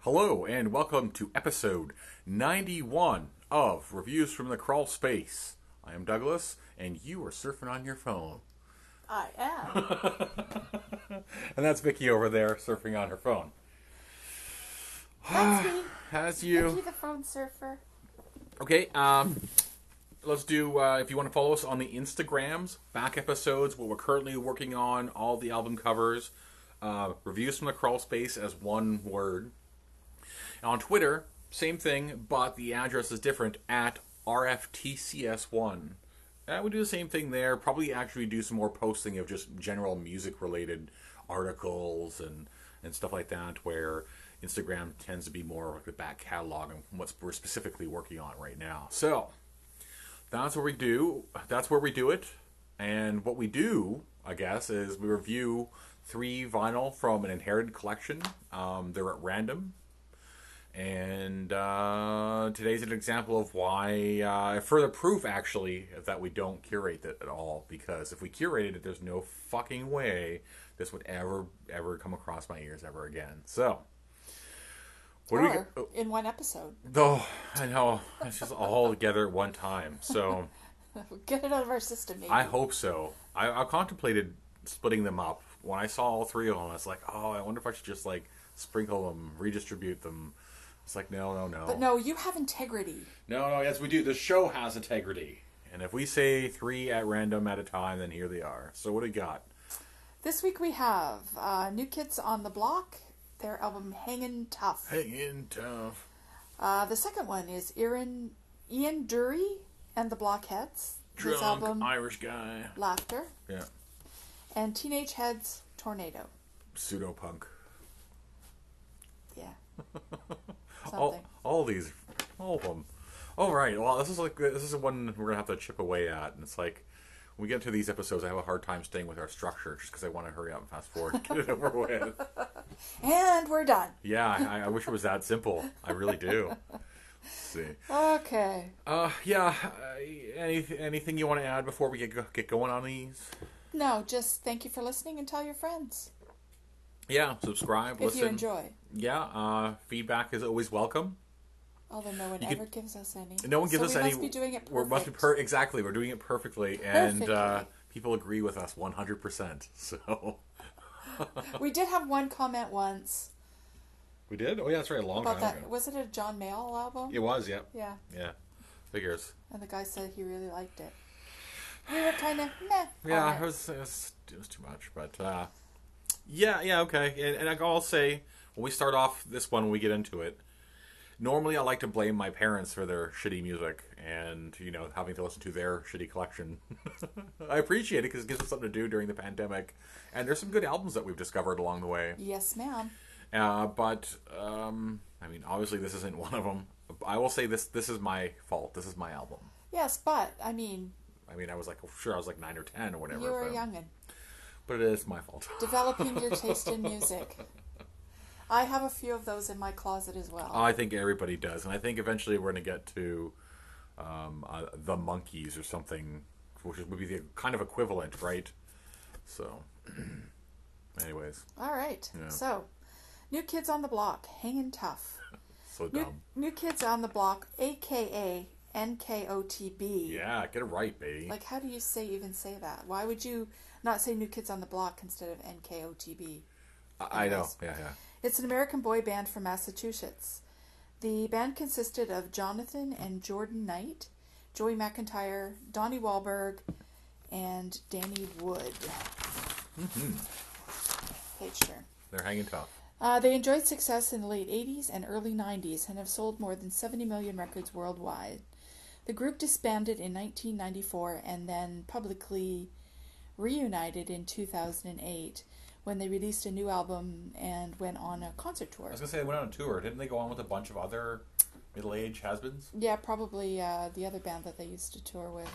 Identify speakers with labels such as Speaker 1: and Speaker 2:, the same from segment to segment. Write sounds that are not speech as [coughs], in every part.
Speaker 1: Hello, and welcome to episode 91 of Reviews from the Crawl Space. I am Douglas, and you are surfing on your phone.
Speaker 2: I
Speaker 1: [laughs]
Speaker 2: am.
Speaker 1: And that's Vicky over there surfing on her phone.
Speaker 2: That's me.
Speaker 1: As
Speaker 2: Are you
Speaker 1: you.
Speaker 2: the phone surfer?
Speaker 1: Okay, um, let's do, uh, if you want to follow us on the Instagrams, back episodes, what we're currently working on, all the album covers, uh, Reviews from the Crawl Space as one word. On Twitter, same thing, but the address is different at RFTCS1. And we do the same thing there. Probably actually do some more posting of just general music related articles and, and stuff like that, where Instagram tends to be more like the back catalog and what we're specifically working on right now. So that's what we do. That's where we do it. And what we do, I guess, is we review three vinyl from an inherited collection. Um, they're at random. And uh, today's an example of why, uh, further proof actually, that we don't curate it at all. Because if we curated it, there's no fucking way this would ever, ever come across my ears ever again. So, what do we? Oh.
Speaker 2: Or in one episode. [laughs]
Speaker 1: Though I know it's just all together at one time. So
Speaker 2: Get it out of our system, maybe.
Speaker 1: I hope so. I, I contemplated splitting them up. When I saw all three of them, I was like, oh, I wonder if I should just like sprinkle them, redistribute them. It's like no, no, no,
Speaker 2: but no, you have integrity.
Speaker 1: no, no. Yes, we do. The show has integrity, and if we say three at random at a time, then here they are. So what do you got?
Speaker 2: This week we have uh, New Kids on the Block, their album Hangin' Tough.
Speaker 1: Hanging tough.
Speaker 2: Uh, the second one is Ian, Ian Dury and the Blockheads. this album,
Speaker 1: Irish guy.
Speaker 2: Laughter.
Speaker 1: Yeah,
Speaker 2: And Teenage Heads, Tornado.
Speaker 1: pseudo punk. [laughs]
Speaker 2: Yeah.
Speaker 1: all,
Speaker 2: Something.
Speaker 1: all these, all of them. All right. Well, this is like this is one we're gonna have to chip away at, and it's like when we get to these episodes, I have a hard time staying with our structure just because I want to hurry up and fast forward and get it over with. [laughs]
Speaker 2: And we're done.
Speaker 1: Yeah, I, I wish it was that simple. I really do. Let's see.
Speaker 2: Okay.
Speaker 1: Uh, yeah. I- Any, anything you want to add before we get go- get going on these?
Speaker 2: No, just thank you for listening and tell your friends
Speaker 1: Yeah, subscribe,
Speaker 2: if
Speaker 1: listen.
Speaker 2: you enjoy.
Speaker 1: Yeah, uh, feedback is always welcome.
Speaker 2: Although no one
Speaker 1: You could-
Speaker 2: ever gives us any.
Speaker 1: No one gives
Speaker 2: so
Speaker 1: us
Speaker 2: we
Speaker 1: any.
Speaker 2: Must be doing it perfect.
Speaker 1: We're must be per- exactly. We're doing it perfectly, and uh,
Speaker 2: Perfectly.
Speaker 1: people agree with us one hundred percent. [laughs] So
Speaker 2: we did have one comment once
Speaker 1: we did. Oh yeah, that's right. A long time
Speaker 2: about that.
Speaker 1: ago.
Speaker 2: Was it a John Mayall album?
Speaker 1: It was. Yep.
Speaker 2: Yeah.
Speaker 1: Yeah. Figures.
Speaker 2: And the guy said he really liked it. We were kind of meh.
Speaker 1: Yeah,
Speaker 2: on it.
Speaker 1: it was, it was it was too much, but uh, yeah, yeah, okay. And, and I'll say when we start off this one, when we get into it. Normally, I like to blame my parents for their shitty music and you know having to listen to their shitty collection. [laughs] I appreciate it because it gives us something to do during the pandemic, and there's some good albums that we've discovered along the way.
Speaker 2: Yes, ma'am.
Speaker 1: Uh, but um, I mean, obviously, this isn't one of them. I will say this: this is my fault. This is my album.
Speaker 2: Yes, but I mean,
Speaker 1: I mean, I was like, sure, I was like nine or ten or whatever.
Speaker 2: you were a
Speaker 1: but,
Speaker 2: youngin,
Speaker 1: but it is my fault.
Speaker 2: developing your taste in music. I have a few of those in my closet as well.
Speaker 1: I think everybody does, and I think eventually we're going to get to um, uh, the monkeys or something, which would be the kind of equivalent, right? So, [clears throat] anyways,
Speaker 2: All right.
Speaker 1: Uh, Yeah.
Speaker 2: So, new kids on the block, hangin' tough.
Speaker 1: so
Speaker 2: New,
Speaker 1: dumb.
Speaker 2: new kids on the block, aka NKOTB.
Speaker 1: Yeah, get it right, baby.
Speaker 2: Like, how do you say even say that? Why would you not say New Kids on the Block instead of NKOTB?
Speaker 1: I, I know.
Speaker 2: anyways.
Speaker 1: Yeah, yeah.
Speaker 2: It's an American boy band from Massachusetts. The band consisted of Jonathan and Jordan Knight, Joey McIntyre, Donnie Wahlberg, and Danny Wood. Page turn.
Speaker 1: They're hanging tough.
Speaker 2: Uh, they enjoyed success in the late 80s and early 90s and have sold more than 70 million records worldwide. The group disbanded in 1994 and then publicly reunited in 2008 when they released a new album and went on a concert tour.
Speaker 1: I was going to say they went on a tour. Didn't they go on with a bunch of other middle-aged husbands?
Speaker 2: Yeah, probably uh, the other band that they used to tour with,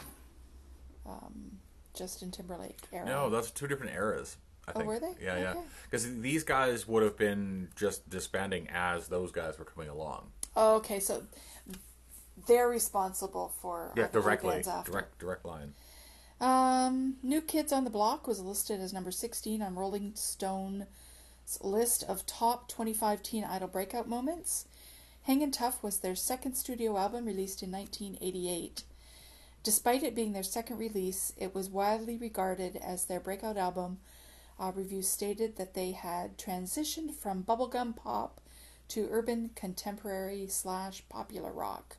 Speaker 2: um, Justin Timberlake. Era.
Speaker 1: No, those are two different eras. I
Speaker 2: Oh,
Speaker 1: think.
Speaker 2: were they?
Speaker 1: Yeah, yeah.
Speaker 2: Okay.
Speaker 1: Because these guys would have been just disbanding as those guys were coming along.
Speaker 2: Oh, okay, so they're responsible for all the other
Speaker 1: directly,
Speaker 2: bands after.
Speaker 1: direct, direct line.
Speaker 2: Um, New Kids on the Block was listed as number 16 on Rolling Stone list of top 25 teen idol breakout moments. Hangin' Tough was their second studio album released in 1988. Despite it being their second release, it was widely regarded as their breakout album. Uh, reviews stated that they had transitioned from bubblegum pop to urban contemporary slash popular rock.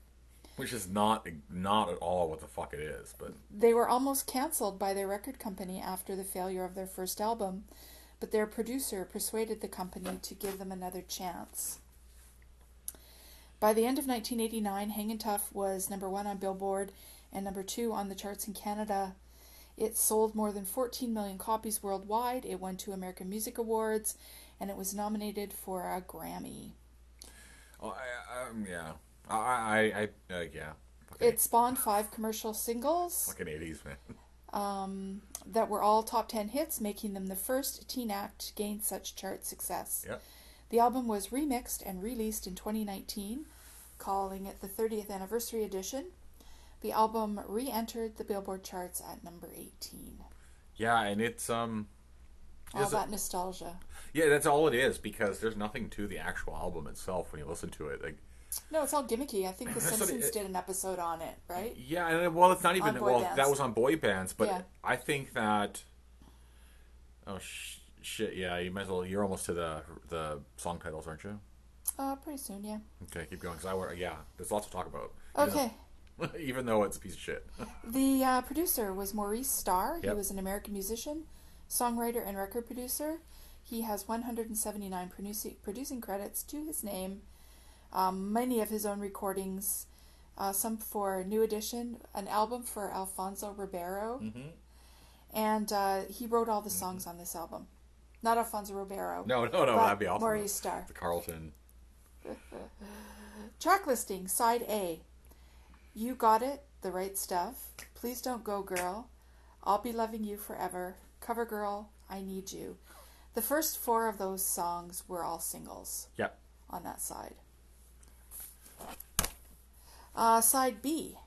Speaker 1: Which is not not at all what the fuck it is, but
Speaker 2: They were almost cancelled by their record company after the failure of their first album, but their producer persuaded the company to give them another chance. By the end of 1989, Hangin' Tough was number one on Billboard and number two on the charts in Canada. It sold more than 14 million copies worldwide, it won two American Music Awards, and it was nominated for a Grammy.
Speaker 1: oh, I, um, yeah, I, I, I uh, yeah, fucking,
Speaker 2: It spawned five commercial singles.
Speaker 1: fucking 80s, man. [laughs]
Speaker 2: um, that were all top 10 hits, making them the first teen act to gain such chart success.
Speaker 1: Yep.
Speaker 2: The album was remixed and released in 2019, calling it the 30th Anniversary Edition. The album re entered the Billboard charts at number 18.
Speaker 1: Yeah, and it's um,
Speaker 2: All
Speaker 1: Is it-
Speaker 2: that nostalgia.
Speaker 1: yeah, that's all it is because there's nothing to the actual album itself when you listen to it. Like,
Speaker 2: No, it's all gimmicky. I think
Speaker 1: [laughs]
Speaker 2: The
Speaker 1: That's what
Speaker 2: Simpsons
Speaker 1: it-
Speaker 2: did an episode on it, right?
Speaker 1: yeah, and uh, well, it's not even
Speaker 2: On boy
Speaker 1: well
Speaker 2: bands.
Speaker 1: that was on boy bands, but
Speaker 2: Yeah.
Speaker 1: I think that oh sh- shit, yeah, you might as well. You're almost to the the song titles, aren't you?
Speaker 2: Uh, pretty soon, yeah.
Speaker 1: Okay, keep going. Cause I were yeah, there's lots to talk about.
Speaker 2: Okay.
Speaker 1: [laughs] even though it's a piece of shit.
Speaker 2: The uh, producer was Maurice Starr. He
Speaker 1: Yep.
Speaker 2: was an American musician, songwriter, and record producer. He has 179 produci- producing credits to his name, um, many of his own recordings, uh, some for New Edition, an album for Alfonso Ribeiro,
Speaker 1: Mm-hmm.
Speaker 2: and uh, he wrote all the songs on this album. Not Alfonso Ribeiro.
Speaker 1: No, no, no,
Speaker 2: but
Speaker 1: that'd be awesome.
Speaker 2: Maurice Starr.
Speaker 1: The Carlton.
Speaker 2: [laughs] Track listing, side A. You got it, the right stuff. Please don't go, girl. I'll be loving you forever. Cover girl, I need you. The first four of those songs were all singles
Speaker 1: Yep.
Speaker 2: on that side. Uh, side B,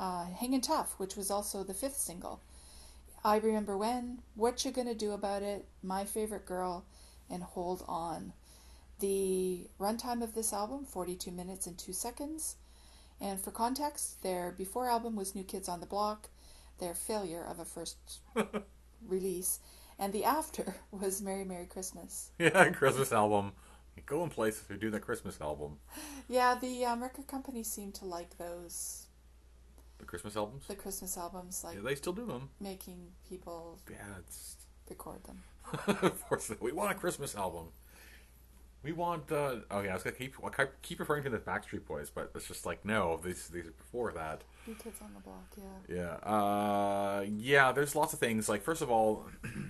Speaker 2: uh, Hangin' Tough, which was also the fifth single. I Remember When, What You Gonna Do About It, My Favorite Girl, and Hold On. The runtime of this album, 42 minutes and 2 seconds. And for context, their before album was New Kids on the Block, their failure of a first release. And the after [laughs] was Merry Merry Christmas.
Speaker 1: [laughs] Yeah, Christmas album. Go in places who do the Christmas album.
Speaker 2: Yeah, the um, record company seemed to like those
Speaker 1: The Christmas albums?
Speaker 2: the Christmas albums, like
Speaker 1: Yeah, they still do them.
Speaker 2: making people
Speaker 1: Yeah, [laughs] it's
Speaker 2: record them.
Speaker 1: of course we want a Christmas album. We want uh oh yeah, I was gonna keep I keep- keep referring to the Backstreet Boys, but it's just like no, these these are before that.
Speaker 2: New Kids on the Block, yeah.
Speaker 1: Yeah. Uh, yeah, there's lots of things. Like, first of all, [clears throat]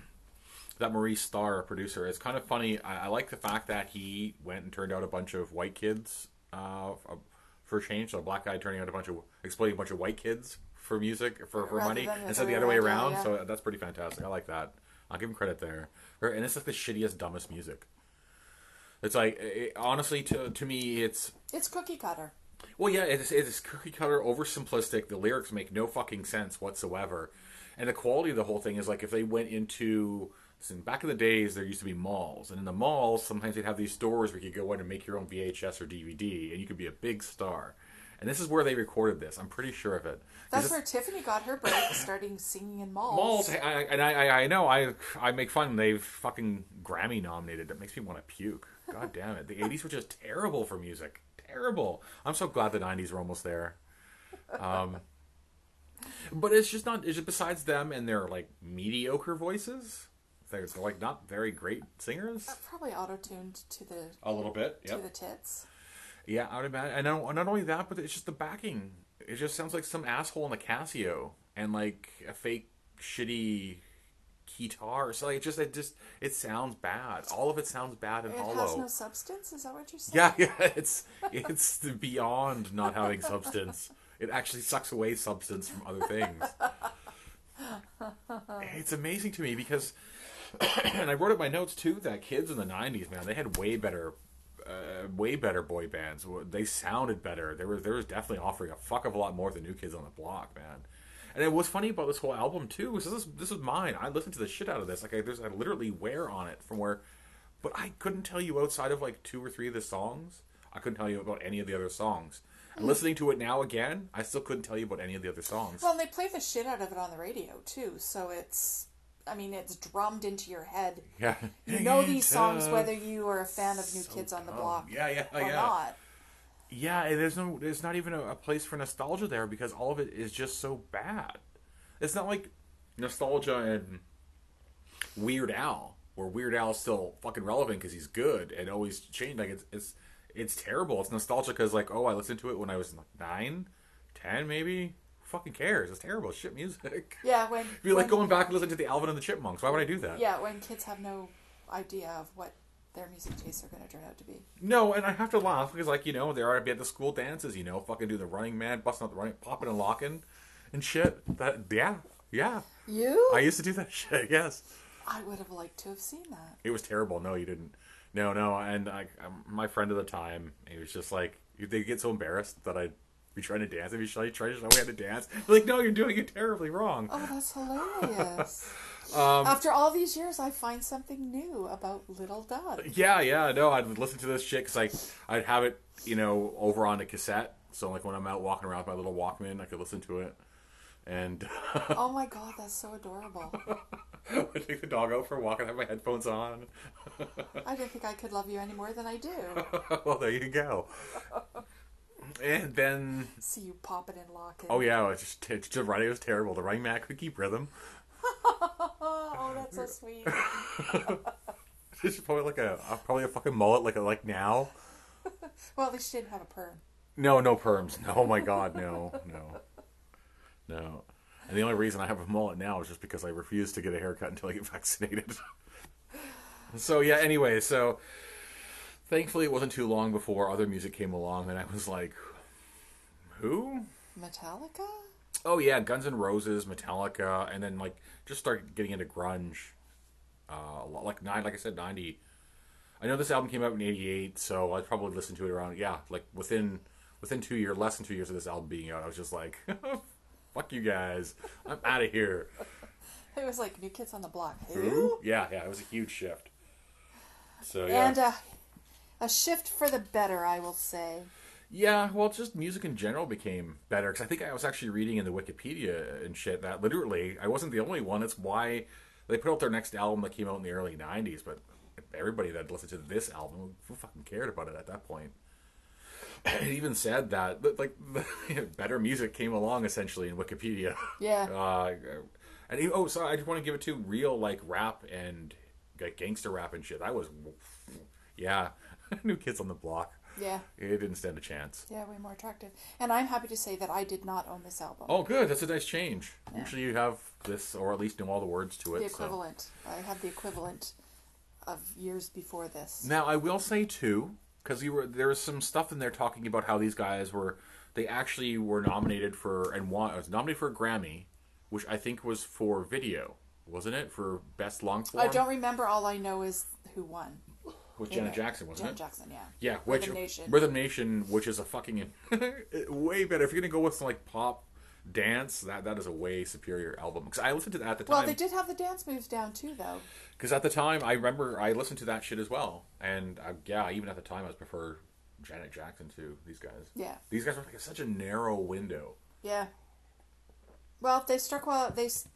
Speaker 1: that Maurice Starr, producer, is kind of funny. I, I like the fact that he went and turned out a bunch of white kids uh, f- for a change. So, a black guy turning out a bunch of, exploiting a bunch of white kids for music, for, for
Speaker 2: Rather
Speaker 1: money,
Speaker 2: than the
Speaker 1: instead of the
Speaker 2: other
Speaker 1: other way
Speaker 2: way
Speaker 1: around.
Speaker 2: around, yeah,
Speaker 1: So, that's pretty fantastic. I like that. I'll give him credit there. Or- And it's like the shittiest, dumbest music. It's like, it, honestly, to, to me, it's
Speaker 2: It's cookie cutter.
Speaker 1: well, yeah, it is, it is cookie cutter, oversimplistic. The lyrics make no fucking sense whatsoever, and the quality of the whole thing is like if they went into. Listen, back in the days, there used to be malls, and in the malls, sometimes they'd have these stores where you could go in and make your own VHS or DVD, and you could be a big star. And this is where they recorded this. I'm pretty sure of it. 'Cause
Speaker 2: That's
Speaker 1: this-
Speaker 2: where Tiffany got her break, [coughs] starting singing in malls.
Speaker 1: malls, I, I- and I, I, I know I, I make fun. They've fucking Grammy nominated. It makes me want to puke. God damn it! The '80s were just terrible for music. Terrible. I'm so glad the '90s were almost there. Um, [laughs] but it's just not. It's just besides them and their like mediocre voices. They're, they're like not very great singers.
Speaker 2: Probably auto tuned to the
Speaker 1: A little bit.
Speaker 2: to the tits.
Speaker 1: Yeah, I would imagine. And not, not only that, but it's just the backing. It just sounds like some asshole in a Casio and like a fake shitty guitar. So like, it just it just it sounds bad. All of it sounds bad and
Speaker 2: It has
Speaker 1: hollow.
Speaker 2: no substance. Is that what you're saying?
Speaker 1: [laughs] yeah, yeah, it's it's beyond not having substance. It actually sucks away substance from other
Speaker 2: [laughs]
Speaker 1: things. It's amazing to me because, and I wrote in my notes too that kids in the '90s, man, they had way better, uh, way better boy bands. They sounded better. They were they was definitely offering a fuck of a lot more than New Kids on the Block, man. And it was funny about this whole album too. Was this is this is mine? I listened to the shit out of this. Like I, there's I literally wear on it from where But I couldn't tell you outside of like two or three of the songs. I couldn't tell you about any of the other songs. And listening to it now again, I still couldn't tell you about any of the other songs.
Speaker 2: Well, and they play the shit out of it on the radio too, so it's I mean, it's drummed into your head.
Speaker 1: yeah.
Speaker 2: You know these songs whether you are a fan of New Kids on the Block
Speaker 1: Yeah, yeah,
Speaker 2: or
Speaker 1: yeah.
Speaker 2: not.
Speaker 1: Yeah, and there's no, there's not even a, a place for nostalgia there because all of it is just so bad. It's not like nostalgia and Weird Al, where Weird Al's still fucking relevant because he's good and always changed. Like it's, it's, it's terrible. It's nostalgia because like, oh, I listened to it when I was like nine, ten, maybe. Who fucking cares? It's terrible. It's shit music.
Speaker 2: Yeah, when,
Speaker 1: It'd [laughs] be like
Speaker 2: when-
Speaker 1: going back and listening to the Alvin and the Chipmunks. Why would I do that?
Speaker 2: yeah, when kids have no idea of what their music tastes are going to turn out to be.
Speaker 1: No, and I have to laugh because, like, you know, they are at the school dances, you know, fucking do the running man, busting out the running, popping and locking and shit. That, yeah, yeah.
Speaker 2: You?
Speaker 1: I
Speaker 2: I,
Speaker 1: used to do that [laughs] shit, yes.
Speaker 2: would have liked to have seen that.
Speaker 1: It was terrible. No, you didn't. No, no. And I, um, my friend at the time, he was just like, they get so embarrassed that I'd be trying to dance. I'd be trying trying to show me how to dance. They're like, no, you're doing it terribly wrong.
Speaker 2: Oh,
Speaker 1: [laughs]
Speaker 2: that's hilarious.
Speaker 1: Um,
Speaker 2: After all these years, I find something new about
Speaker 1: [laughs]
Speaker 2: Little Doug.
Speaker 1: Yeah, yeah, no, I'd listen to this shit because like I'd have it, you know, over on a cassette. So like when I'm out walking around with my little Walkman, I could listen to it. And
Speaker 2: Oh my god, that's so adorable.
Speaker 1: [laughs] I take the dog out for a walk and have my headphones on. [laughs]
Speaker 2: I don't think I could love you any more than I do.
Speaker 1: well, there you go. And then,
Speaker 2: See you pop it and lock it.
Speaker 1: oh yeah, it's just, it's just running was terrible. The running man could keep rhythm. [laughs]
Speaker 2: Oh, that's so sweet.
Speaker 1: It's probably like a uh, probably a fucking mullet, like a, like now.
Speaker 2: Well, at least she didn't have a perm.
Speaker 1: No, no perms. [laughs] No, oh my god, no, no, no. And the only reason I have a mullet now is just because I refuse to get a haircut until I get vaccinated. [laughs] so yeah. Anyway, so thankfully it wasn't too long before other music came along, and I was like, who?
Speaker 2: Metallica?
Speaker 1: Oh yeah, Guns N' Roses, Metallica, and then like just start getting into grunge. Uh, a lot- like nine, like I said, ninety. I know this album came out in '88, so I probably listened to it around yeah, like within within two years, less than two years of this album being out. I was just like, [laughs] "Fuck you guys, I'm out of here."
Speaker 2: It was like New Kids on the Block.
Speaker 1: Ooh,
Speaker 2: Who?
Speaker 1: yeah, yeah, it was a huge shift. So yeah,
Speaker 2: And a, a shift for the better, I will say.
Speaker 1: Yeah, well, just music in general became better because I think I was actually reading in the Wikipedia and shit that literally I wasn't the only one. That's why they put out their next album that came out in the early '90s. But everybody that listened to this album, who fucking cared about it at that point? It even said that that, like [laughs] better music came along essentially in Wikipedia.
Speaker 2: Yeah.
Speaker 1: [laughs] Uh, and even- oh, sorry, I just want to give it to real like rap and like, gangster rap and shit. That was, yeah, [laughs] new kids on the block.
Speaker 2: Yeah.
Speaker 1: It didn't stand a chance.
Speaker 2: Yeah, way more attractive. And I'm happy to say that I did not own this album.
Speaker 1: Oh, good. That's a nice change. Usually you have this, or at least know all the words to it.
Speaker 2: the
Speaker 1: so.
Speaker 2: equivalent. I have the equivalent of years before this.
Speaker 1: Now, I will say too, because you were there was some stuff in there talking about how these guys were. They actually were nominated for and won. It was nominated for a Grammy, which I think was for video, wasn't it? For best long form.
Speaker 2: I don't remember. All I know is who won.
Speaker 1: With Janet Jackson, wasn't
Speaker 2: Janet
Speaker 1: it?
Speaker 2: Jackson, yeah.
Speaker 1: Yeah, which
Speaker 2: Rhythm Nation.
Speaker 1: Rhythm Nation, which is a fucking [laughs] way better. If you're gonna go with like pop dance, that that is a way superior album. Because I listened to that at the time.
Speaker 2: Well, they did have the dance moves down too, though.
Speaker 1: Because at the time, I remember I listened to that shit as well, and I, yeah, even at the time, I would prefer Janet Jackson to these guys.
Speaker 2: Yeah.
Speaker 1: these guys were like such a narrow window.
Speaker 2: Yeah. Well, they struck well. They s-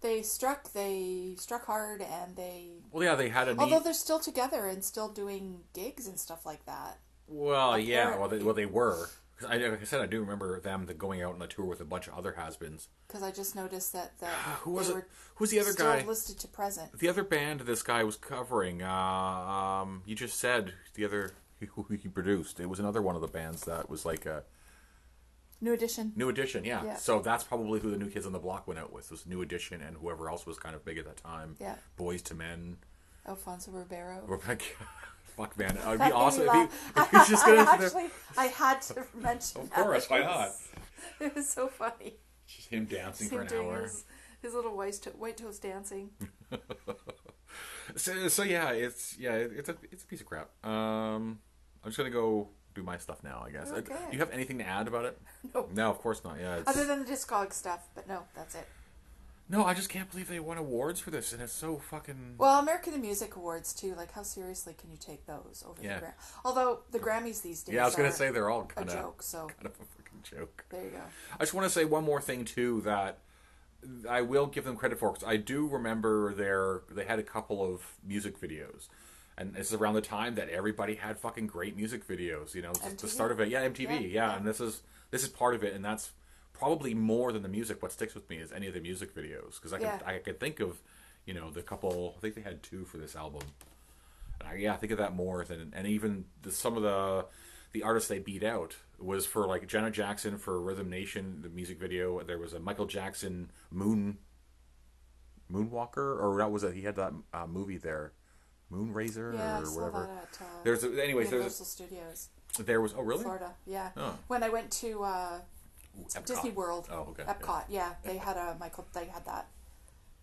Speaker 2: they struck. They struck hard, and they.
Speaker 1: Well, yeah, they had a
Speaker 2: Although
Speaker 1: neat.
Speaker 2: they're still together and still doing gigs and stuff like that.
Speaker 1: Well, yeah,
Speaker 2: parent-
Speaker 1: well they, well they were. 'Cause I, like I said, I do remember them the, going out on the tour with a bunch of other has-beens.
Speaker 2: Because I just noticed that that
Speaker 1: [sighs] Who was
Speaker 2: they
Speaker 1: it?
Speaker 2: were
Speaker 1: Who's the other
Speaker 2: still
Speaker 1: guy?
Speaker 2: listed to present.
Speaker 1: the other band this guy was covering. Uh, um, you just said the other [laughs] who he produced. It was another one of the bands that was like a
Speaker 2: New edition.
Speaker 1: New Edition. Yeah.
Speaker 2: Yeah.
Speaker 1: So that's probably who the New Kids on the Block went out with was New Edition and whoever else was kind of big at that time.
Speaker 2: Yeah.
Speaker 1: Boys to Men. [laughs]
Speaker 2: Alfonso Ribeiro.
Speaker 1: We're like, [laughs] fuck man, it would be
Speaker 2: That made me
Speaker 1: awesome if he,
Speaker 2: laugh.
Speaker 1: [laughs] if he was just gonna.
Speaker 2: [laughs] I actually, I had to mention.
Speaker 1: Of
Speaker 2: that
Speaker 1: course, why
Speaker 2: because [laughs] It was so funny.
Speaker 1: just him dancing for
Speaker 2: Him
Speaker 1: an
Speaker 2: doing
Speaker 1: hour.
Speaker 2: His, his little white, to- white toes dancing.
Speaker 1: So, so yeah, it's yeah, it- it's a it's a piece of crap. Um, I'm just gonna go do my stuff now. I guess. Uh,
Speaker 2: Okay.
Speaker 1: Do you have anything to add about it?
Speaker 2: [laughs] No.
Speaker 1: No, of course not. Yeah. It's,
Speaker 2: Other than the Discog stuff, but no, that's it.
Speaker 1: No, I just can't believe they won awards for this, and it's so fucking.
Speaker 2: Well, American Music Awards too. Like, how seriously can you take those over
Speaker 1: Yeah.
Speaker 2: the Gram? Although the Grammys these days,
Speaker 1: yeah, I was gonna
Speaker 2: are
Speaker 1: say they're all
Speaker 2: a
Speaker 1: kind of
Speaker 2: joke. So
Speaker 1: kind of a fucking joke.
Speaker 2: there you go.
Speaker 1: I just want to say one more thing too that I will give them credit for because I do remember their they had a couple of music videos, and this is around the time that everybody had fucking great music videos. You know, this is the
Speaker 2: MTV.
Speaker 1: start of it. Yeah, MTV. Yeah,
Speaker 2: Yeah,
Speaker 1: and this is this is part of it, and that's probably more than the music. What sticks with me is any of the music videos because I can
Speaker 2: Yeah.
Speaker 1: I can think of you know the couple. I think they had two for this album. And I, yeah, I think of that more than and even the, some of the the artists they beat out was for like Janet Jackson for Rhythm Nation, the music video. There was a Michael Jackson Moon Moonwalker, or that was that he had that uh, movie there, Moonraiser
Speaker 2: Yeah, I
Speaker 1: or
Speaker 2: saw
Speaker 1: whatever.
Speaker 2: that at uh,
Speaker 1: There's a, anyways
Speaker 2: Universal
Speaker 1: there's
Speaker 2: Studios,
Speaker 1: there was oh really
Speaker 2: Florida. Yeah,
Speaker 1: Oh.
Speaker 2: when I went to uh,
Speaker 1: Ooh, Epcot.
Speaker 2: Disney World,
Speaker 1: Oh okay. yeah.
Speaker 2: Epcot. Yeah. they had a Michael. They had that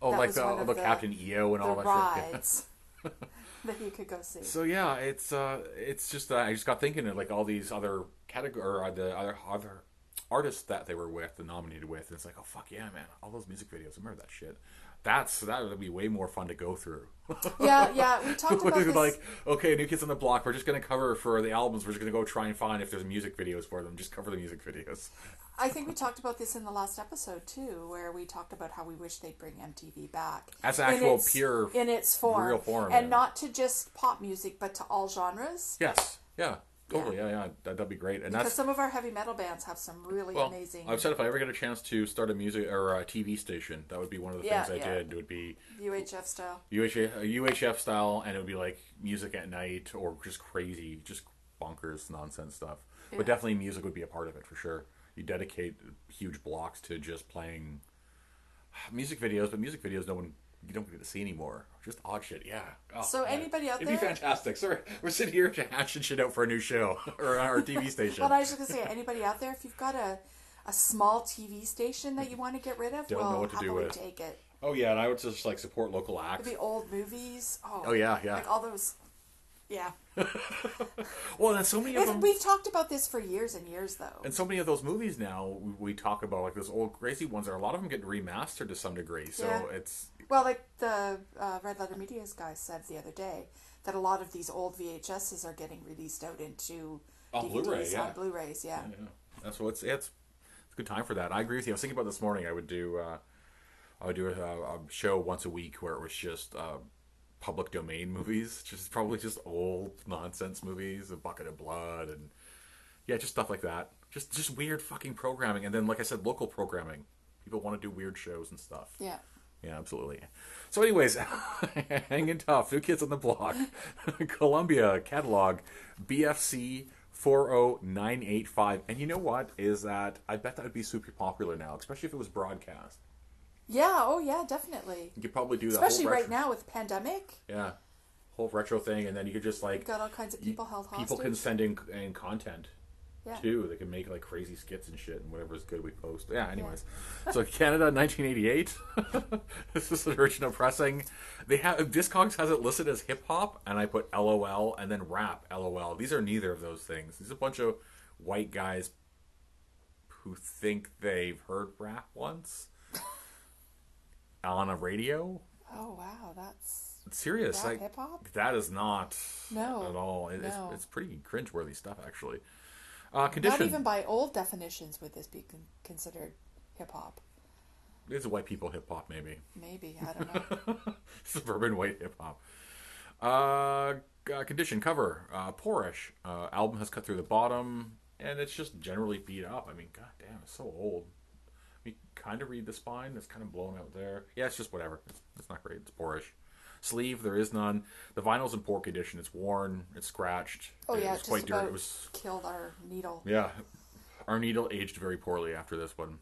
Speaker 1: Oh
Speaker 2: That
Speaker 1: like
Speaker 2: was
Speaker 1: the,
Speaker 2: one of
Speaker 1: the
Speaker 2: the-
Speaker 1: Captain EO and
Speaker 2: the
Speaker 1: all that shit. Oh, Yeah. [laughs]
Speaker 2: rides that you could go see.
Speaker 1: So yeah, it's uh, it's just uh, I just got thinking of like all these other category or uh, the other other artists that they were with and nominated with, and it's like oh fuck yeah, man, all those music videos, I remember that shit. That's that would be way more fun to go through.
Speaker 2: yeah, yeah, we
Speaker 1: [laughs]
Speaker 2: talked about
Speaker 1: Which
Speaker 2: this.
Speaker 1: is like okay, new kids on the block. We're just gonna cover for the albums. We're just gonna go try and find if there's music videos for them. Just cover the music videos.
Speaker 2: I think we talked about this in the last episode too, where we talked about how we wish they'd bring MTV back
Speaker 1: As
Speaker 2: In
Speaker 1: actual
Speaker 2: its-
Speaker 1: pure
Speaker 2: in its form,
Speaker 1: real form,
Speaker 2: and
Speaker 1: yeah.
Speaker 2: not to just pop music, but to all genres.
Speaker 1: Yes, yeah, totally, yeah, yeah. That, that'd be great. And
Speaker 2: Because
Speaker 1: that's
Speaker 2: some of our heavy metal bands have some really
Speaker 1: Well,
Speaker 2: amazing.
Speaker 1: I've said if I ever get a chance to start a music or a TV station, that would be one of the
Speaker 2: Yeah,
Speaker 1: things I
Speaker 2: yeah.
Speaker 1: did. It would be
Speaker 2: UHF style.
Speaker 1: UHF, uh, UHF style, and it would be like music at night or just crazy, just bonkers nonsense stuff. But definitely music would be a part of it for sure. You dedicate huge blocks to just playing [sighs] music videos, but music videos no one you don't get to see anymore. Just odd shit, yeah. Oh,
Speaker 2: So anybody out
Speaker 1: it'd be
Speaker 2: there-
Speaker 1: fantastic. Sorry, we're sitting here hashing shit out for a new show [laughs] or our
Speaker 2: [laughs]
Speaker 1: TV station.
Speaker 2: But I was just gonna say, anybody out there, if you've got a a small TV station that you want to get rid of,
Speaker 1: Don't know
Speaker 2: we'll
Speaker 1: what to do
Speaker 2: happily
Speaker 1: with it.
Speaker 2: take it.
Speaker 1: oh yeah, and I would just like support local acts.
Speaker 2: It'd be old movies. Oh,
Speaker 1: Oh, yeah, yeah.
Speaker 2: Like all those. Yeah,
Speaker 1: well, Oh, and so many of them.
Speaker 2: we've talked about this for years and years though.
Speaker 1: And so many of those movies now we, we talk about, like those old crazy ones, are a lot of them get remastered to some degree. So
Speaker 2: Yeah.
Speaker 1: it's
Speaker 2: Well, like the uh, Red Letter Media's guy said the other day, that a lot of these old VHSs are getting released out into
Speaker 1: On
Speaker 2: DVDs,
Speaker 1: Blu-ray, yeah.
Speaker 2: on Blu-rays, yeah.
Speaker 1: yeah, that's what it's it's it's a good time for that. I agree with you. I was thinking about this morning. I would do uh, I would do a, a show once a week where it was just uh, public domain [laughs] movies, just probably just old nonsense movies, a bucket of blood, and yeah, just stuff like that. Just just weird fucking programming, and then like I said, local programming. People want to do weird shows and stuff.
Speaker 2: yeah.
Speaker 1: Yeah, absolutely. So, anyways, [laughs] hanging tough. New kids on the block. [laughs] Columbia catalog BFC four zero nine eight five. And you know what is that? I bet that would be super popular now, especially if it was broadcast.
Speaker 2: Yeah, oh yeah, definitely.
Speaker 1: You could probably do that.
Speaker 2: Especially
Speaker 1: whole retro,
Speaker 2: right now with pandemic,
Speaker 1: Yeah, whole retro thing, and then you could just like
Speaker 2: you've got all kinds of
Speaker 1: you-
Speaker 2: people held hostage.
Speaker 1: people can send in, in content
Speaker 2: Yeah.
Speaker 1: too. They can make like crazy skits and shit, and whatever's good we post. Yeah. Anyways, so Canada, 1988. [laughs] this is an original pressing. They have Discogs has it listed as hip hop, and I put LOL and then rap LOL. These are neither of those things. These are a bunch of white guys who think they've heard rap once [laughs] on a radio.
Speaker 2: Oh wow, that's
Speaker 1: It's serious,
Speaker 2: Rap
Speaker 1: like
Speaker 2: hip-hop?
Speaker 1: that is not
Speaker 2: No,
Speaker 1: at all. It,
Speaker 2: no.
Speaker 1: it's, it's pretty cringeworthy stuff, actually. Uh,
Speaker 2: not
Speaker 1: condition
Speaker 2: even by old definitions would this be con- considered hip hop.
Speaker 1: it's white people hip hop, maybe [laughs]
Speaker 2: Maybe I don't know.
Speaker 1: suburban white hip hop. Uh, g- uh, condition cover uh, poorish. Uh, album has cut through the bottom, and it's just generally beat up. I mean, goddamn, it's so old. You kind of read the spine. It's kind of blown out there. Yeah, it's just whatever. It's, it's not great. It's poorish. Sleeve, there is none. The vinyl's in poor condition. It's worn. It's scratched.
Speaker 2: Oh
Speaker 1: it
Speaker 2: yeah,
Speaker 1: was
Speaker 2: it
Speaker 1: quite
Speaker 2: just
Speaker 1: dirty.
Speaker 2: about
Speaker 1: It was
Speaker 2: killed our needle.
Speaker 1: Yeah. Our needle aged very poorly after this one.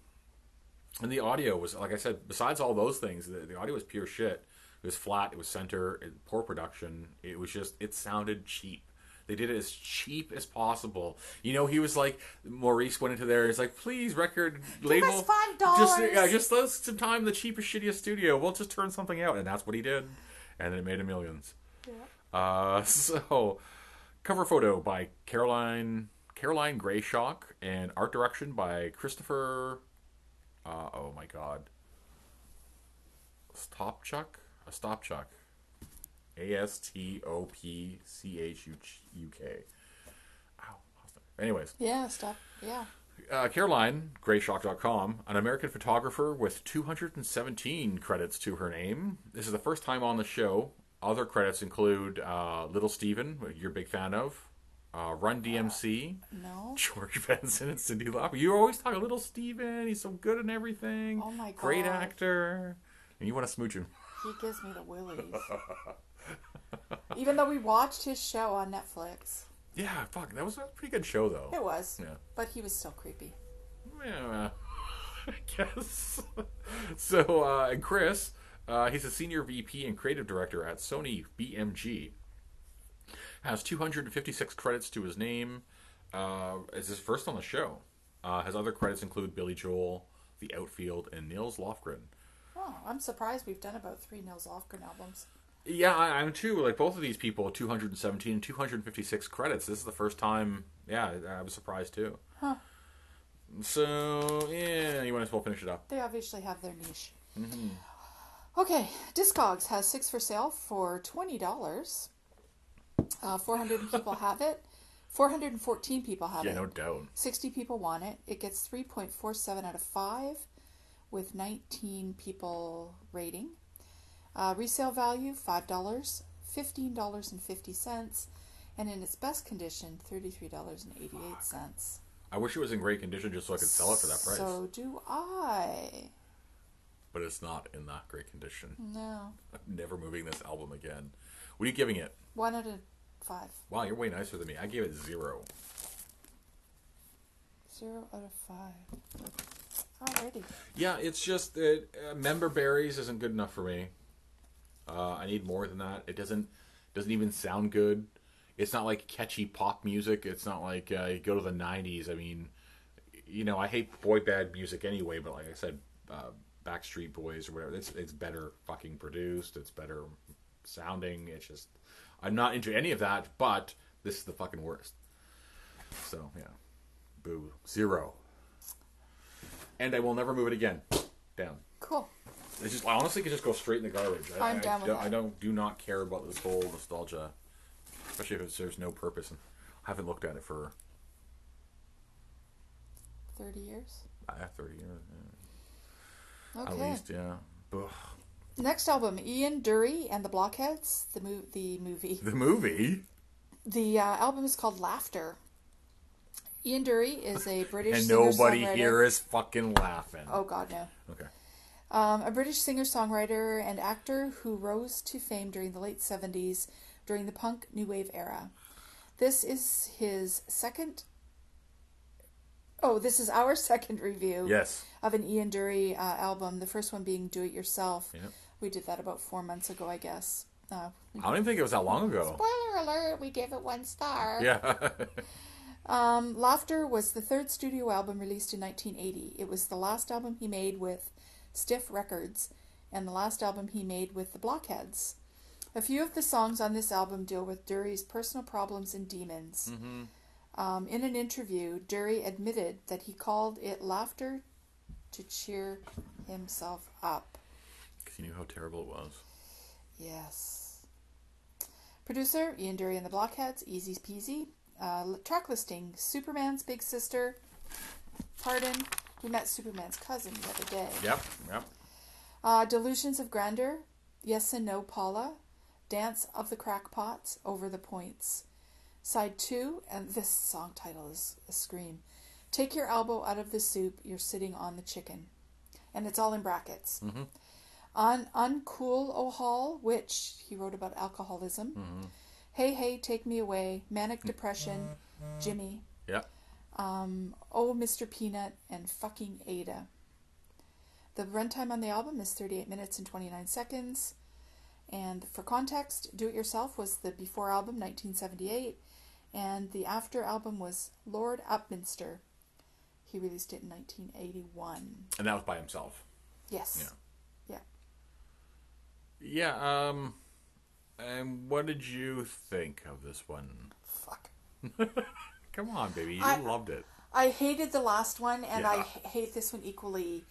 Speaker 1: And the audio was, like I said, besides all those things, the, the audio was pure shit. It was flat, it was center, it, poor production. It was just, it sounded cheap. They did it as cheap as possible. You know, he was like, Maurice went into there. He's like, please, record label,
Speaker 2: us
Speaker 1: Just,
Speaker 2: five dollars."
Speaker 1: yeah, just let us some time. in The cheapest, shittiest studio. We'll just turn something out, and that's what he did. And it made him millions. Uh, [laughs] so cover photo by Caroline Caroline Grayshock and art direction by Christopher. Uh, oh my God, Stop Chuck? A Stop Chuck. A S T O P C H U K. Ow. lost it. Anyways,
Speaker 2: Yeah, stop. Yeah.
Speaker 1: uh, Caroline, grayshock.com, an American photographer with 217 credits to her name. This is the first time on the show. Other credits include uh, Little Steven, who you're a big fan of, uh, Run DMC,
Speaker 2: No.
Speaker 1: George [laughs] Benson, and Cindy Lauper. You always talk Little Steven. He's so good in everything.
Speaker 2: Oh my
Speaker 1: Great
Speaker 2: God.
Speaker 1: actor. And you want to smooch him.
Speaker 2: He gives me
Speaker 1: [laughs]
Speaker 2: the willies. Even though we watched his show on Netflix,
Speaker 1: Yeah, fuck. That was a pretty good show, though.
Speaker 2: it was.
Speaker 1: Yeah.
Speaker 2: But he was still creepy.
Speaker 1: Yeah, [laughs] I guess. [laughs] so, uh, and Chris, uh, he's a senior VP and creative director at Sony BMG. Has 256 credits to his name. Uh, is his first on the show. Uh, his other credits include Billy Joel, The Outfield, and Nils Lofgren.
Speaker 2: Oh, I'm surprised we've done about three Nils Lofgren albums.
Speaker 1: Yeah, I, I'm too. Like both of these people, 217 and 256 credits. This is the first time. Yeah, I, I was surprised too.
Speaker 2: Huh.
Speaker 1: So yeah, you might as well finish it up.
Speaker 2: They obviously have their niche.
Speaker 1: Mm-hmm.
Speaker 2: Okay, Discogs has six for sale for twenty dollars. Uh, Four hundred
Speaker 1: [laughs]
Speaker 2: people have it. Four hundred and fourteen people have
Speaker 1: Yeah,
Speaker 2: it.
Speaker 1: no doubt.
Speaker 2: 60 people want it. It gets 3.47 out of 5 with 19 people rating. Uh, resale value $5, $15.50, and in its best condition, $33.88.
Speaker 1: I wish it was in great condition just so I could sell it for that price.
Speaker 2: So do I.
Speaker 1: But it's not in that great condition.
Speaker 2: No.
Speaker 1: I'm never moving this album again. What are you giving it?
Speaker 2: 1 out of 5.
Speaker 1: Wow, you're way nicer than me. I gave it zero.
Speaker 2: 0 out of 5. Alrighty.
Speaker 1: Yeah, it's just that uh, member berries isn't good enough for me. Uh, I need more than that. It doesn't doesn't even sound good. It's not like catchy pop music. It's not like uh, you go to the '90s. I mean, you know, I hate boy band music anyway. But like I said, uh, Backstreet Boys or whatever, it's it's better fucking produced. It's better sounding. It's just I'm not into any of that. But this is the fucking worst. So yeah, boo zero. And I will never move it again. Down.
Speaker 2: Cool.
Speaker 1: It's just I honestly could just go straight in the garbage. I,
Speaker 2: I'm
Speaker 1: I
Speaker 2: down with
Speaker 1: don't,
Speaker 2: that.
Speaker 1: I don't do not care about this whole nostalgia, especially if it serves no purpose. And I haven't looked at it for
Speaker 2: 30 years.
Speaker 1: uh, thirty years
Speaker 2: Okay.
Speaker 1: at least. Yeah. Ugh.
Speaker 2: Next album, Ian Dury and the Blockheads, the, mo- the movie.
Speaker 1: The movie
Speaker 2: The uh, album is called Laughter. Ian Dury is
Speaker 1: [laughs]
Speaker 2: a British
Speaker 1: and nobody
Speaker 2: singer-songwriter-
Speaker 1: here is fucking laughing.
Speaker 2: Oh God, no.
Speaker 1: Okay.
Speaker 2: Um, a British singer-songwriter and actor who rose to fame during the late '70s, during the punk new wave era. This is his second. Oh, this is our [laughs] second review
Speaker 1: Yes.
Speaker 2: of an Ian Dury uh, album. The first one being "Do It Yourself."
Speaker 1: Yep.
Speaker 2: We did that about four months ago, I guess. Uh,
Speaker 1: I don't even think it was that long ago.
Speaker 2: spoiler alert: we gave it one star.
Speaker 1: Oh. Yeah. [laughs]
Speaker 2: Um, Laughter was the third studio album released in 1980. It was the last album he made with Stiff Records and the last album he made with the Blockheads. A few of the songs on this album deal with Dury's personal problems and demons. Um, in an interview, Dury admitted that he called it laughter to cheer himself up.
Speaker 1: Because you knew how terrible it was.
Speaker 2: Yes. Producer Ian Dury and the Blockheads, Easy Peasy. Uh, l- track listing Superman's Big Sister, Pardon. We met Superman's cousin the other day.
Speaker 1: Yep. Yep.
Speaker 2: Uh, Delusions of Grandeur, Yes and No Paula, Dance of the Crackpots, Over the Points. Side 2, and this song title is a scream. Take your elbow out of the soup, you're sitting on the chicken. And it's all in brackets. On Uncool O'Hall, which he wrote about alcoholism. Hey, hey, take me away, manic depression, Jimmy,
Speaker 1: Yep.
Speaker 2: Oh, Mr. Peanut, and fucking Ada. The runtime on the album is 38 minutes and 29 seconds. And for context, Do It Yourself was the before album, 1978, and the after album was Lord Upminster. He released it in 1981.
Speaker 1: And that was by himself.
Speaker 2: Yes. Yeah.
Speaker 1: Yeah. Um. And what did you think of this one?
Speaker 2: Fuck.
Speaker 1: Come on, baby. You
Speaker 2: I-
Speaker 1: loved it.
Speaker 2: I hated the last one, and I
Speaker 1: Yeah.
Speaker 2: h- hate this one equally.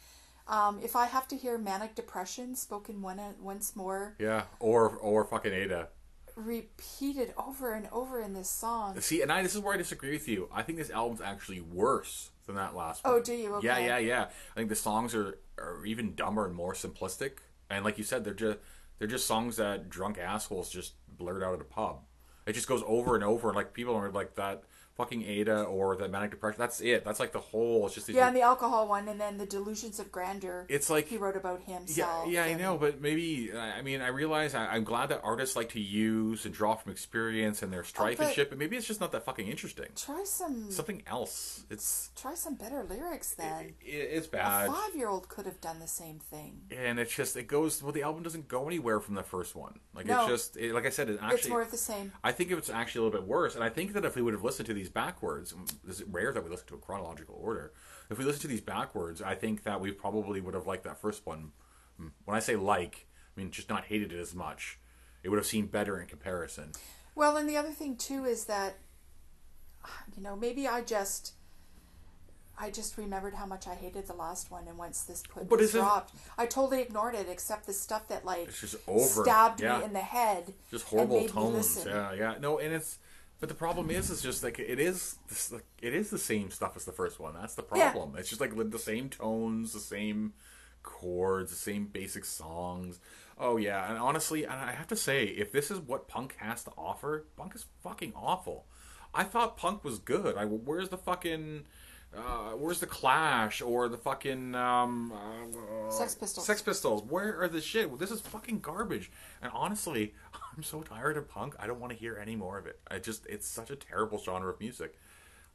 Speaker 2: Um, if I have to hear Manic Depression spoken one, uh, once more,
Speaker 1: Yeah, or or fucking Ada.
Speaker 2: repeated over and over in this song,
Speaker 1: See, and I this is where I disagree with you. I think this album's actually worse than that last one.
Speaker 2: Oh, do you?
Speaker 1: Yeah,
Speaker 2: Okay.
Speaker 1: yeah, yeah. I think the songs are, are even dumber and more simplistic. And like you said, they're just they're just songs that drunk assholes just blurt out at a pub. It just goes over and over, and like people are like that fucking Ada or that manic depression. That's it. That's like the whole. It's just these
Speaker 2: yeah, and the alcohol one, and then the delusions of grandeur.
Speaker 1: It's like-
Speaker 2: he wrote about
Speaker 1: Yeah,
Speaker 2: himself.
Speaker 1: yeah, I
Speaker 2: and-
Speaker 1: know, but maybe I I mean I realize I, I'm glad that artists like to use and draw from experience and their strife and
Speaker 2: Oh, but-
Speaker 1: shit, but maybe it's just not that fucking interesting.
Speaker 2: Try some,
Speaker 1: Something else. It's
Speaker 2: try some better lyrics then.
Speaker 1: it, it's
Speaker 2: A
Speaker 1: bad,
Speaker 2: five-year-old could have done the same thing.
Speaker 1: and it's just it goes well. The album doesn't go anywhere from the first one. Like
Speaker 2: No.
Speaker 1: it's just it, like I said, it
Speaker 2: It's
Speaker 1: actually.
Speaker 2: more of the same.
Speaker 1: I think it's actually a little bit worse, and I think that if we would have listened to these backwards, and this is rare that we listen to a chronological order. If we listen to these backwards, I think that we probably would have liked that first one. Hmm. When I say like, I mean just not hated it as much. It would have seemed better in comparison.
Speaker 2: Well, and the other thing too is that you know maybe I just I just remembered how much I hated the last one, and once this put
Speaker 1: But
Speaker 2: was
Speaker 1: isn't-
Speaker 2: dropped, I totally ignored it except the stuff that like
Speaker 1: It's just over,
Speaker 2: stabbed
Speaker 1: yeah.
Speaker 2: me in the head,
Speaker 1: Just
Speaker 2: and
Speaker 1: horrible
Speaker 2: made me
Speaker 1: tones.
Speaker 2: listen.
Speaker 1: Yeah, yeah. No, and it's but the problem is, is just like it is. This, like, it is the same stuff as the first one. That's the
Speaker 2: Yeah.
Speaker 1: problem. It's just like the same tones, the same chords, the same basic songs. Oh yeah, and honestly, and I have to say, if this is what punk has to offer, punk is fucking awful. I thought punk was good. I where's the fucking. Uh, where's the Clash or the fucking um, uh,
Speaker 2: Sex Pistols.
Speaker 1: Sex Pistols. Where are the shit? Well, this is fucking garbage. And honestly, [laughs] I'm so tired of punk. I don't want to hear any more of it. I just it's such a terrible genre of music.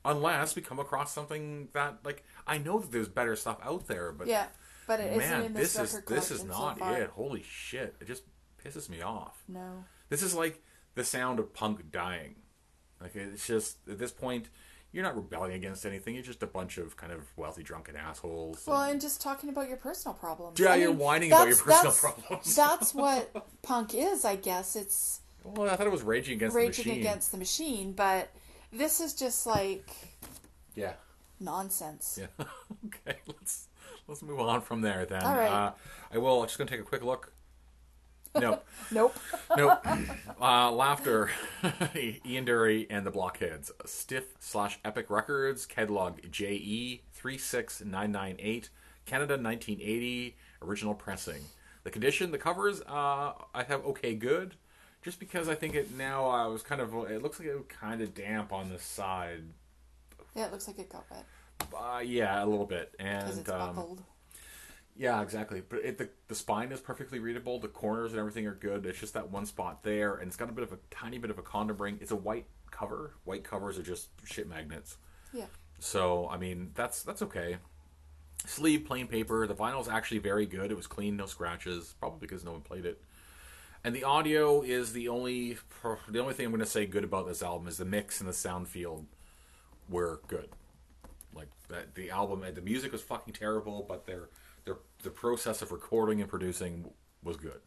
Speaker 1: Unless we come across something that like I know that there's better stuff out there, but
Speaker 2: Yeah, but it
Speaker 1: man,
Speaker 2: not in
Speaker 1: this
Speaker 2: this,
Speaker 1: is
Speaker 2: record
Speaker 1: this is
Speaker 2: collection
Speaker 1: not
Speaker 2: so far.
Speaker 1: it. Holy shit! It just pisses me off.
Speaker 2: No,
Speaker 1: This is like the sound of punk dying. Like it's just at this point, you're not rebelling against anything. You're just a bunch of kind of wealthy drunken assholes.
Speaker 2: well, and just talking about your personal problems.
Speaker 1: Yeah, you're whining about your
Speaker 2: that's-
Speaker 1: personal problems. [laughs]
Speaker 2: that's what punk is, I guess. It's
Speaker 1: Well, I thought it was Raging Against the
Speaker 2: raging
Speaker 1: Machine.
Speaker 2: against the machine, but this is just like
Speaker 1: Yeah.
Speaker 2: nonsense.
Speaker 1: Yeah. [laughs] okay. Let's let's move on from there then.
Speaker 2: All right.
Speaker 1: Uh, I will. I'm just gonna take a quick
Speaker 2: [laughs]
Speaker 1: look. Nope.
Speaker 2: Nope.
Speaker 1: nope. Uh, laughter. [laughs] Ian Dury and the Blockheads. Stiff slash Epic Records. Kedlog JE three six nine nine eight. Canada nineteen eighty. Original pressing. The condition. The covers. Uh, I have okay good. Just because I think it now I was kind of it looks like it was kind of damp on the side.
Speaker 2: Yeah, it looks like it got wet
Speaker 1: Uh, yeah, a little bit,
Speaker 2: because
Speaker 1: and
Speaker 2: it's
Speaker 1: um,
Speaker 2: buckled.
Speaker 1: Yeah, exactly. But it, the the spine is perfectly readable. The corners and everything are good. It's just that one spot there, and it's got a bit of a tiny bit of a condom ring. It's a white cover. White covers are just shit magnets.
Speaker 2: Yeah.
Speaker 1: So I mean, that's that's okay. Sleeve, plain paper. The vinyl's actually very good. It was clean, no scratches. Probably because no one played it. And the audio is the only the only thing I'm going to say good about this album is the mix and the sound field were good. Like that, the album and the music was fucking terrible, but their their the process of recording and producing was good.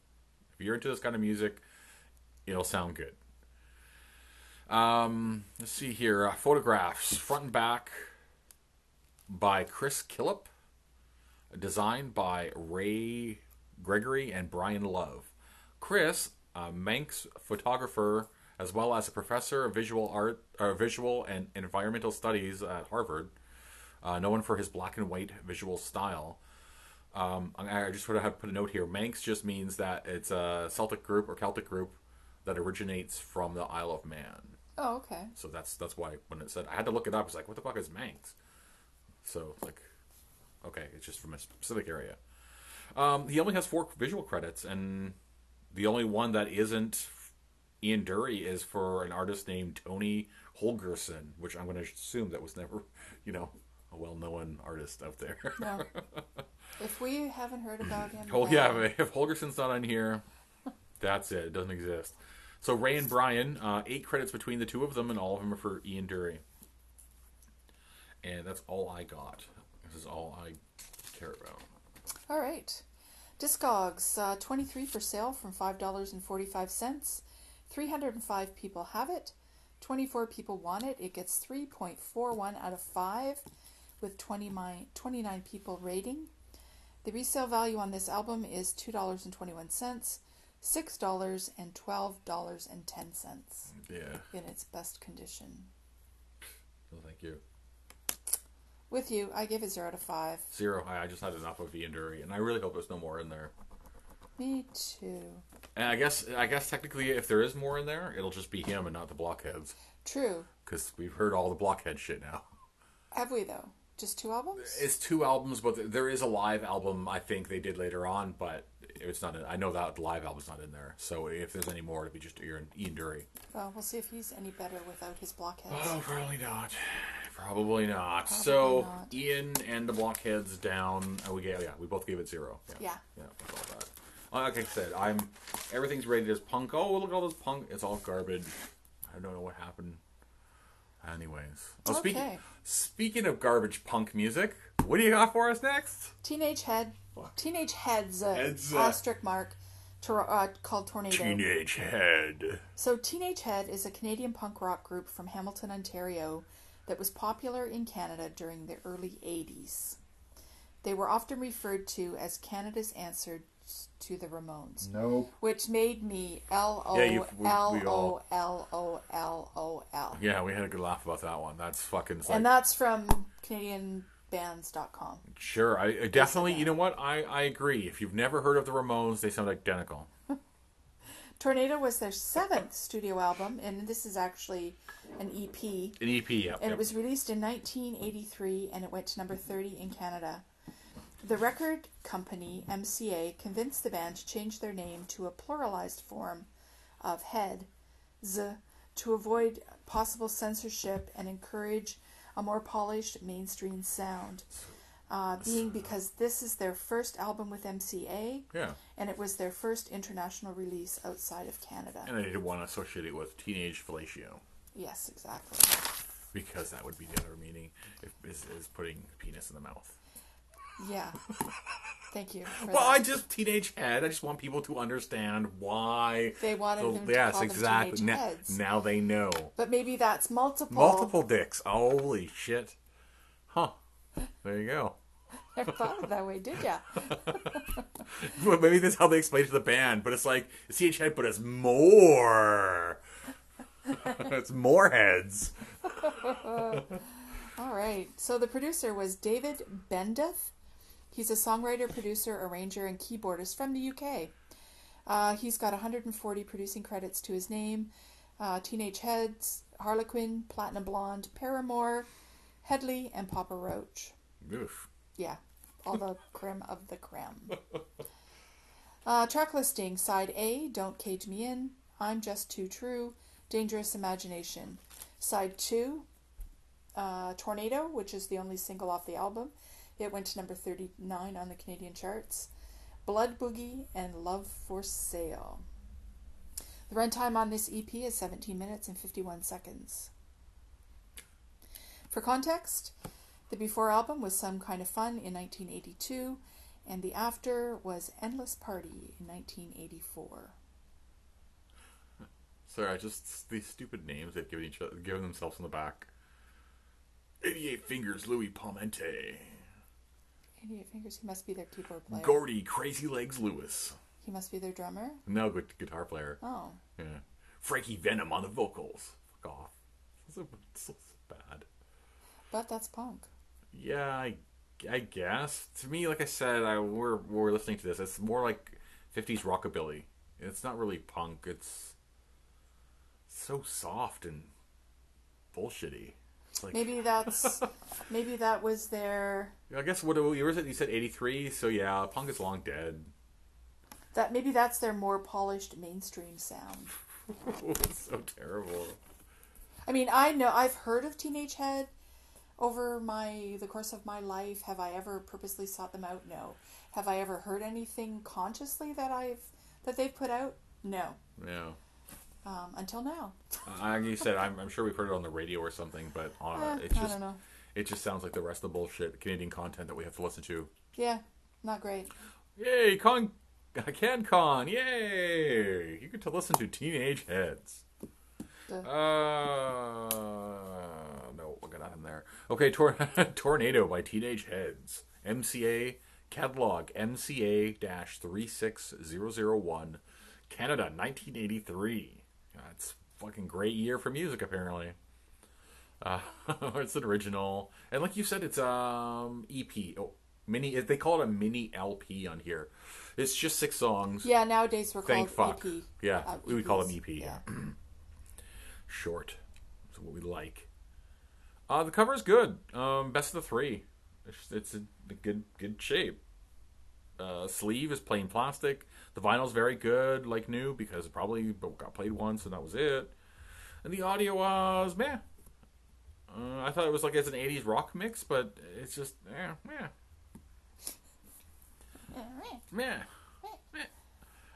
Speaker 1: If you're into this kind of music, it'll sound good. Um, let's see here. Uh, photographs front and back by Chris Killip, designed by Ray Gregory and Brian Love. Chris, a Manx photographer as well as a professor of visual art, uh, visual and environmental studies at Harvard, uh, known for his black and white visual style. Um, I I just sort of have to put a note here. Manx just means that it's a Celtic group or Celtic group that originates from the Isle of Man.
Speaker 2: Oh, okay.
Speaker 1: So that's that's why when it said I had to look it up. It's like what the fuck is Manx? So it's like, okay, it's just from a specific area. Um, he only has four visual credits, and the only one that isn't Ian Dury is for an artist named Tony Holgerson, which I'm going to assume that was never, [laughs] you know, a well-known artist out there. [laughs]
Speaker 2: No. if we haven't heard about him,
Speaker 1: Oh
Speaker 2: then-
Speaker 1: yeah, but [laughs] if Holgerson's not on here, that's it. It doesn't exist. So Ray and Brian, uh, eight credits between the two of them, and all of them are for Ian Dury. And that's all I got. This is all I care about.
Speaker 2: All right. Discogs, uh, 23 for sale from $5.45. 305 people have it. 24 people want it. It gets 3.41 out of 5 with 20 mi- 29 people rating. The resale value on this album is $2.21, $6, and $12.10
Speaker 1: Yeah.
Speaker 2: in its best condition.
Speaker 1: No, thank you.
Speaker 2: With you, I give it 0 to 5.
Speaker 1: Zero. I, I just had enough of the Enduri, and I really hope there's no more in there.
Speaker 2: Me too.
Speaker 1: And I guess, I guess technically, if there is more in there, it'll just be him and not the blockheads,
Speaker 2: True.
Speaker 1: because we've heard all the blockhead shit now.
Speaker 2: Have we, though? Just two albums?
Speaker 1: It's two albums, but th- there is a live album I think they did later on, but it's not. In, I know that live album's not in there. So if there's any more, it'd be just Ian, Ian Dury.
Speaker 2: Uh, Well, we'll see if he's any better without his blockheads.
Speaker 1: Oh, probably not. Probably not. so
Speaker 2: not.
Speaker 1: Ian and the blockheads down. Oh, we gave, yeah, we both gave it zero.
Speaker 2: Yeah.
Speaker 1: Yeah, that's all that. Uh, Like I said, I'm everything's rated as punk. Oh, look at all this punk. It's all garbage. I don't know what happened. Anyways, oh, speaking
Speaker 2: Okay.
Speaker 1: speaking of garbage punk music, what do you got for us next?
Speaker 2: Teenage Head. Teenage Heads. Uh,
Speaker 1: Heads, uh,
Speaker 2: asterisk mark. Tor- uh, called Tornado.
Speaker 1: Teenage Head.
Speaker 2: So, Teenage Head is a Canadian punk rock group from Hamilton, Ontario, that was popular in Canada during the early 80s. They were often referred to as Canada's answer to the Ramones,
Speaker 1: Nope.
Speaker 2: which made me L O
Speaker 1: Yeah, you-
Speaker 2: L
Speaker 1: we- we
Speaker 2: O
Speaker 1: all-
Speaker 2: L O L O L.
Speaker 1: Yeah, we had a good laugh about that one. That's fucking. It's like,
Speaker 2: And that's from CanadianBands.com.
Speaker 1: Sure, I, I definitely. You know what? I I agree. If you've never heard of the Ramones, they sound identical.
Speaker 2: Tornado was their seventh studio album, and this is actually an EP.
Speaker 1: An EP, yeah.
Speaker 2: and it was released in 1983 and it went to number 30 in Canada. The record company MCA convinced the band to change their name to a pluralized form of head z to avoid possible censorship and encourage a more polished mainstream sound. Uh, being because this is their first album with MCA
Speaker 1: Yeah.
Speaker 2: and it was their first international release outside of Canada.
Speaker 1: And I didn't want to associate it with teenage fellatio
Speaker 2: yes, exactly.
Speaker 1: because that would be the other meaning. If, is, is putting penis in the mouth. [laughs]
Speaker 2: Yeah. Thank you. for
Speaker 1: Well,
Speaker 2: that.
Speaker 1: I just teenage head. I just want people to understand why
Speaker 2: They wanted
Speaker 1: Oh,
Speaker 2: them to call them teenage
Speaker 1: Na-
Speaker 2: heads.
Speaker 1: Now, they know.
Speaker 2: But maybe that's multiple. [laughs]
Speaker 1: Multiple dicks. Holy shit. Huh. There you go.
Speaker 2: Never thought of it that way, did ya?
Speaker 1: [laughs] Well, Maybe that's how they explain it to the band, but it's like it's each head, but it's more. [laughs] it's more heads.
Speaker 2: All right. So the producer was David Bendeth. He's a songwriter, producer, arranger, and keyboardist from the UK. Uh, he's got 140 producing credits to his name uh, Teenage Heads, Harlequin, Platinum Blonde, Paramore, Headley, and Papa Roach.
Speaker 1: Oof.
Speaker 2: Yeah, all the creme of the creme. Uh, track listing Side A, Don't Cage Me In, I'm Just Too True, Dangerous Imagination. Side 2, uh, Tornado, which is the only single off the album. It went to number 39 on the Canadian charts. Blood Boogie and Love for Sale. The runtime on this EP is 17 minutes and 51 seconds. For context, the Before album was Some Kind of Fun in 1982, and the After was Endless Party in 1984.
Speaker 1: Sorry, I just these stupid names they've given each other, given themselves in the back. Eighty-eight fingers, Louis Palmente,
Speaker 2: 88 Fingers, he must be their keyboard player.
Speaker 1: Gordy, Crazy Legs Lewis,
Speaker 2: He must be their drummer.
Speaker 1: no good guitar player,
Speaker 2: Oh,
Speaker 1: yeah. Frankie Venom on the vocals. Fuck off. So, so bad.
Speaker 2: but that's punk.
Speaker 1: Yeah, I, I guess. To me, like I said, I we're we're listening to this. It's more like '50s rockabilly. It's not really punk. It's so soft and bullshitty. It's like
Speaker 2: Maybe that's maybe that was their
Speaker 1: I guess what what year was it? You said '83. So yeah, punk is long dead. [laughs]
Speaker 2: that maybe that's their more polished mainstream sound.
Speaker 1: it's so terrible.
Speaker 2: I mean, I know I've heard of Teenage Head over my the course of my life. Have I ever purposely sought them out? No. Have I ever heard anything consciously that I've that they've put out? No.
Speaker 1: Yeah.
Speaker 2: Um, until now,
Speaker 1: I, like you said, I'm, I'm sure we've heard it on the radio or something, but uh,
Speaker 2: Eh,
Speaker 1: it's
Speaker 2: I
Speaker 1: just
Speaker 2: don't know.
Speaker 1: it just sounds like the rest of the bullshit Canadian content that we have to listen to.
Speaker 2: Yeah, not great.
Speaker 1: Yay, con [laughs] CanCon, yay! You get to listen to Teenage Heads.
Speaker 2: Duh.
Speaker 1: [laughs] Uh, no, I got nothing there. Okay, tor- Tornado by Teenage Heads. MCA Catalog MCA 36001, Canada 1983. That's fucking great year for music, apparently. Uh, [laughs] it's an original, and like you said, it's um EP. Oh, mini. They call it a mini LP on here. It's just six songs.
Speaker 2: Yeah, nowadays we're
Speaker 1: Thank
Speaker 2: called
Speaker 1: fuck.
Speaker 2: EP.
Speaker 1: Yeah,
Speaker 2: uh,
Speaker 1: we would call
Speaker 2: EPs.
Speaker 1: them EP. Yeah. [clears throat] Short. That's what we like. Uh, the cover's good. Um, best of the three. It's, it's in good good shape. Uh, sleeve is plain plastic. The vinyl's very good, like new, because it probably got played once and that was it. And the audio was meh. Uh, I thought it was like it's an '80s rock mix, but it's just eh, meh, meh.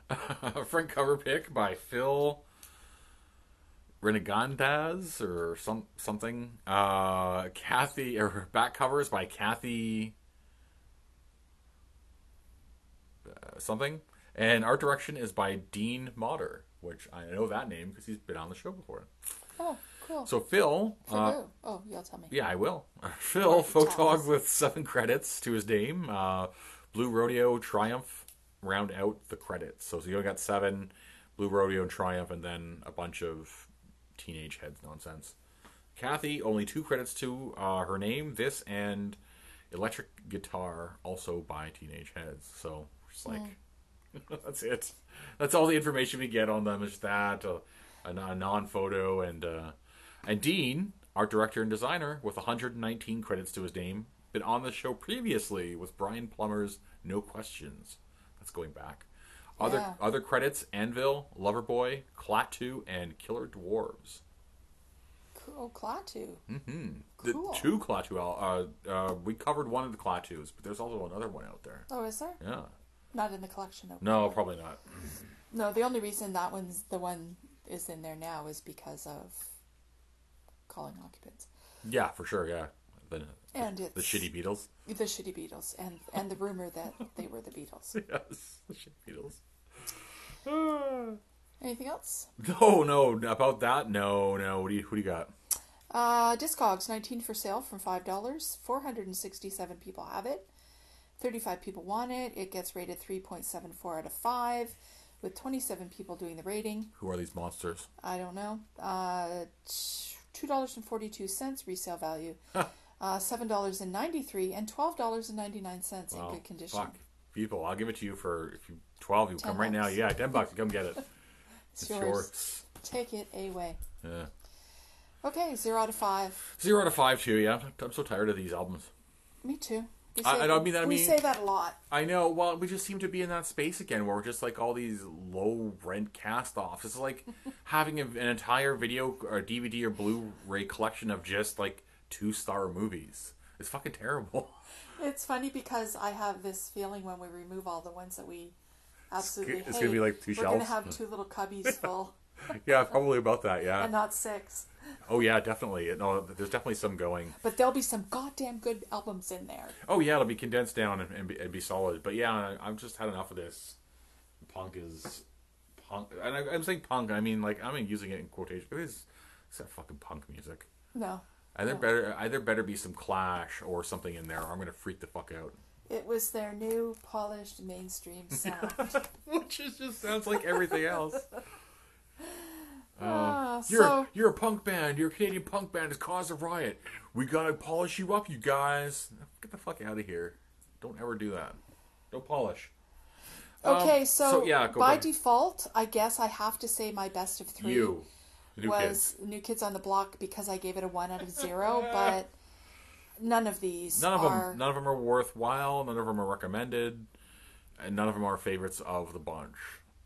Speaker 1: [laughs] a front cover pick by Phil Renegandas or some something. Uh, Kathy or back covers by Kathy uh, something, and art direction is by Dean Motter, which I know that name because he's been on the show before.
Speaker 2: Oh, cool.
Speaker 1: So Phil,
Speaker 2: For
Speaker 1: uh,
Speaker 2: who? Oh, you'll tell me.
Speaker 1: yeah, I will. [laughs] Phil
Speaker 2: Right, tell us.
Speaker 1: Photog with seven credits to his name. Uh, Blue Rodeo Triumph round out the credits. So, so you only got seven Blue Rodeo and Triumph, and then a bunch of teenage heads nonsense. Kathy, only two credits to uh, her name. This and Electric Guitar, also by Teenage Heads. So just like
Speaker 2: Hmm.
Speaker 1: [laughs] that's it. That's all the information we get on them is that uh, a, non- a non-photo and uh, and Dean, art director and designer, with 119 credits to his name, been on the show previously with Brian Plummer's No Questions. That's going back. Other
Speaker 2: Yeah.
Speaker 1: other credits: Anvil, Loverboy, Klaatu, and Killer Dwarves.
Speaker 2: Cool. Klaatu.
Speaker 1: Hmm? The
Speaker 2: Cool.
Speaker 1: two Klaatu. al- Uh, uh, we covered one of the Klaatus, but there's also another one out there.
Speaker 2: Oh, is there?
Speaker 1: Yeah.
Speaker 2: Not in the collection. though.
Speaker 1: No, probably not.
Speaker 2: No, the only reason that one's the one is in there now is because of calling occupants
Speaker 1: Yeah, for sure. Yeah. The,
Speaker 2: and it's
Speaker 1: the shitty Beatles.
Speaker 2: the shitty Beatles and and the rumor that they were
Speaker 1: [laughs]
Speaker 2: the Beatles.
Speaker 1: Yes, the shit Beatles. Ah.
Speaker 2: Anything else?
Speaker 1: no, no, about that, no, no. What do you, what do you got?
Speaker 2: Uh, Discogs 19 for sale from five dollars. 467 people have it. 35 people want it. It gets rated 3.74 out of five, with 27 people doing the rating.
Speaker 1: Who are these monsters?
Speaker 2: I don't know. Uh, t- two dollars and forty-two cents
Speaker 1: [laughs]
Speaker 2: resale value. Uh, seven dollars and ninety-three and twelve dollars and ninety-nine cents
Speaker 1: Wow,
Speaker 2: in good condition.
Speaker 1: Oh, Fuck, people, I'll give it to you for if you twelve, you come right now.
Speaker 2: bucks.
Speaker 1: Yeah, ten bucks, come get
Speaker 2: [laughs]
Speaker 1: it.
Speaker 2: It's,
Speaker 1: It's
Speaker 2: yours.
Speaker 1: yours.
Speaker 2: Take it away.
Speaker 1: Yeah.
Speaker 2: Okay, zero out of five.
Speaker 1: Zero out of five too. Yeah, I'm so tired of these albums.
Speaker 2: Me too. We
Speaker 1: I- I don't mean that, I
Speaker 2: We
Speaker 1: mean-
Speaker 2: say that a lot.
Speaker 1: I know. Well, we just seem to be in that space again where we're just like all these low rent cast offs. It's
Speaker 2: [laughs]
Speaker 1: like having a, an entire video or DVD or Blu ray collection of just like two star movies. It's fucking terrible.
Speaker 2: It's funny because I have this feeling when we remove all the ones that we absolutely
Speaker 1: it's
Speaker 2: hate,
Speaker 1: gonna be like two
Speaker 2: we're gonna
Speaker 1: shelves.
Speaker 2: have two little cubbies full
Speaker 1: yeah, probably about that. [laughs] Yeah.
Speaker 2: and not six.
Speaker 1: Oh yeah, definitely. No, there's definitely some going.
Speaker 2: But there'll be some goddamn good albums in there.
Speaker 1: Oh yeah, it'll be condensed down and, and, be, and be solid. But yeah, I- I've just had enough of this. Punk is punk, and I, I'm saying punk. I mean, like I'm using it in quotation. It is it's that fucking punk music.
Speaker 2: No,
Speaker 1: Either better, either better be some Clash or something in there. Or I'm gonna freak the fuck out.
Speaker 2: it was their new polished mainstream sound.
Speaker 1: [laughs] Which is just sounds [laughs] like everything else.
Speaker 2: Ah,
Speaker 1: You're
Speaker 2: so
Speaker 1: you're a punk band. You're a Canadian punk band. It's caused a riot. We gotta polish you up, you guys. Get the fuck out of here. Don't ever do that. Don't polish.
Speaker 2: okay,
Speaker 1: um,
Speaker 2: so,
Speaker 1: so, yeah, go
Speaker 2: by
Speaker 1: ahead.
Speaker 2: default, I guess I have to say my best of three
Speaker 1: You, the new kids.
Speaker 2: was New Kids on the Block because I gave it a one out of zero,
Speaker 1: [laughs]
Speaker 2: but none of these
Speaker 1: None of
Speaker 2: are
Speaker 1: them. None of them are worthwhile. None of them are recommended, and none of them are favorites of the bunch,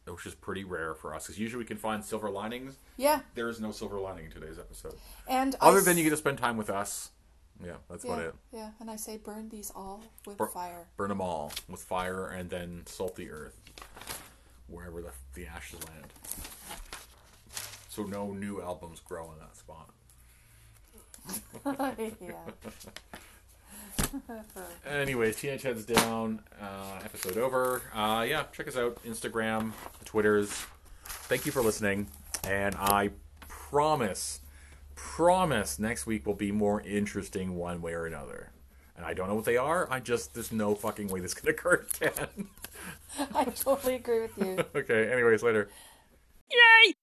Speaker 1: which is pretty rare for us. Because usually we can find silver linings.
Speaker 2: yeah.
Speaker 1: There is no silver lining in today's episode.
Speaker 2: And I
Speaker 1: Other
Speaker 2: s-
Speaker 1: than you get to spend time with us. Yeah, that's
Speaker 2: yeah,
Speaker 1: about it.
Speaker 2: yeah, and I say burn these all with
Speaker 1: Bur- [laughs]
Speaker 2: fire. [laughs]
Speaker 1: Burn them all with fire and then salt the earth wherever the, the ashes land. So no new albums grow in that spot.
Speaker 2: yeah. [laughs]
Speaker 1: Anyways, Teenage Heads Down, uh, episode over. Uh, yeah, check us out Instagram, the Twitters. Thank you for listening. And I promise, promise next week will be more interesting one way or another. and I don't know what they are. I just there's no fucking way this could [laughs] occur again.
Speaker 2: I totally agree with you.
Speaker 1: okay. Anyways, later.
Speaker 3: Yay!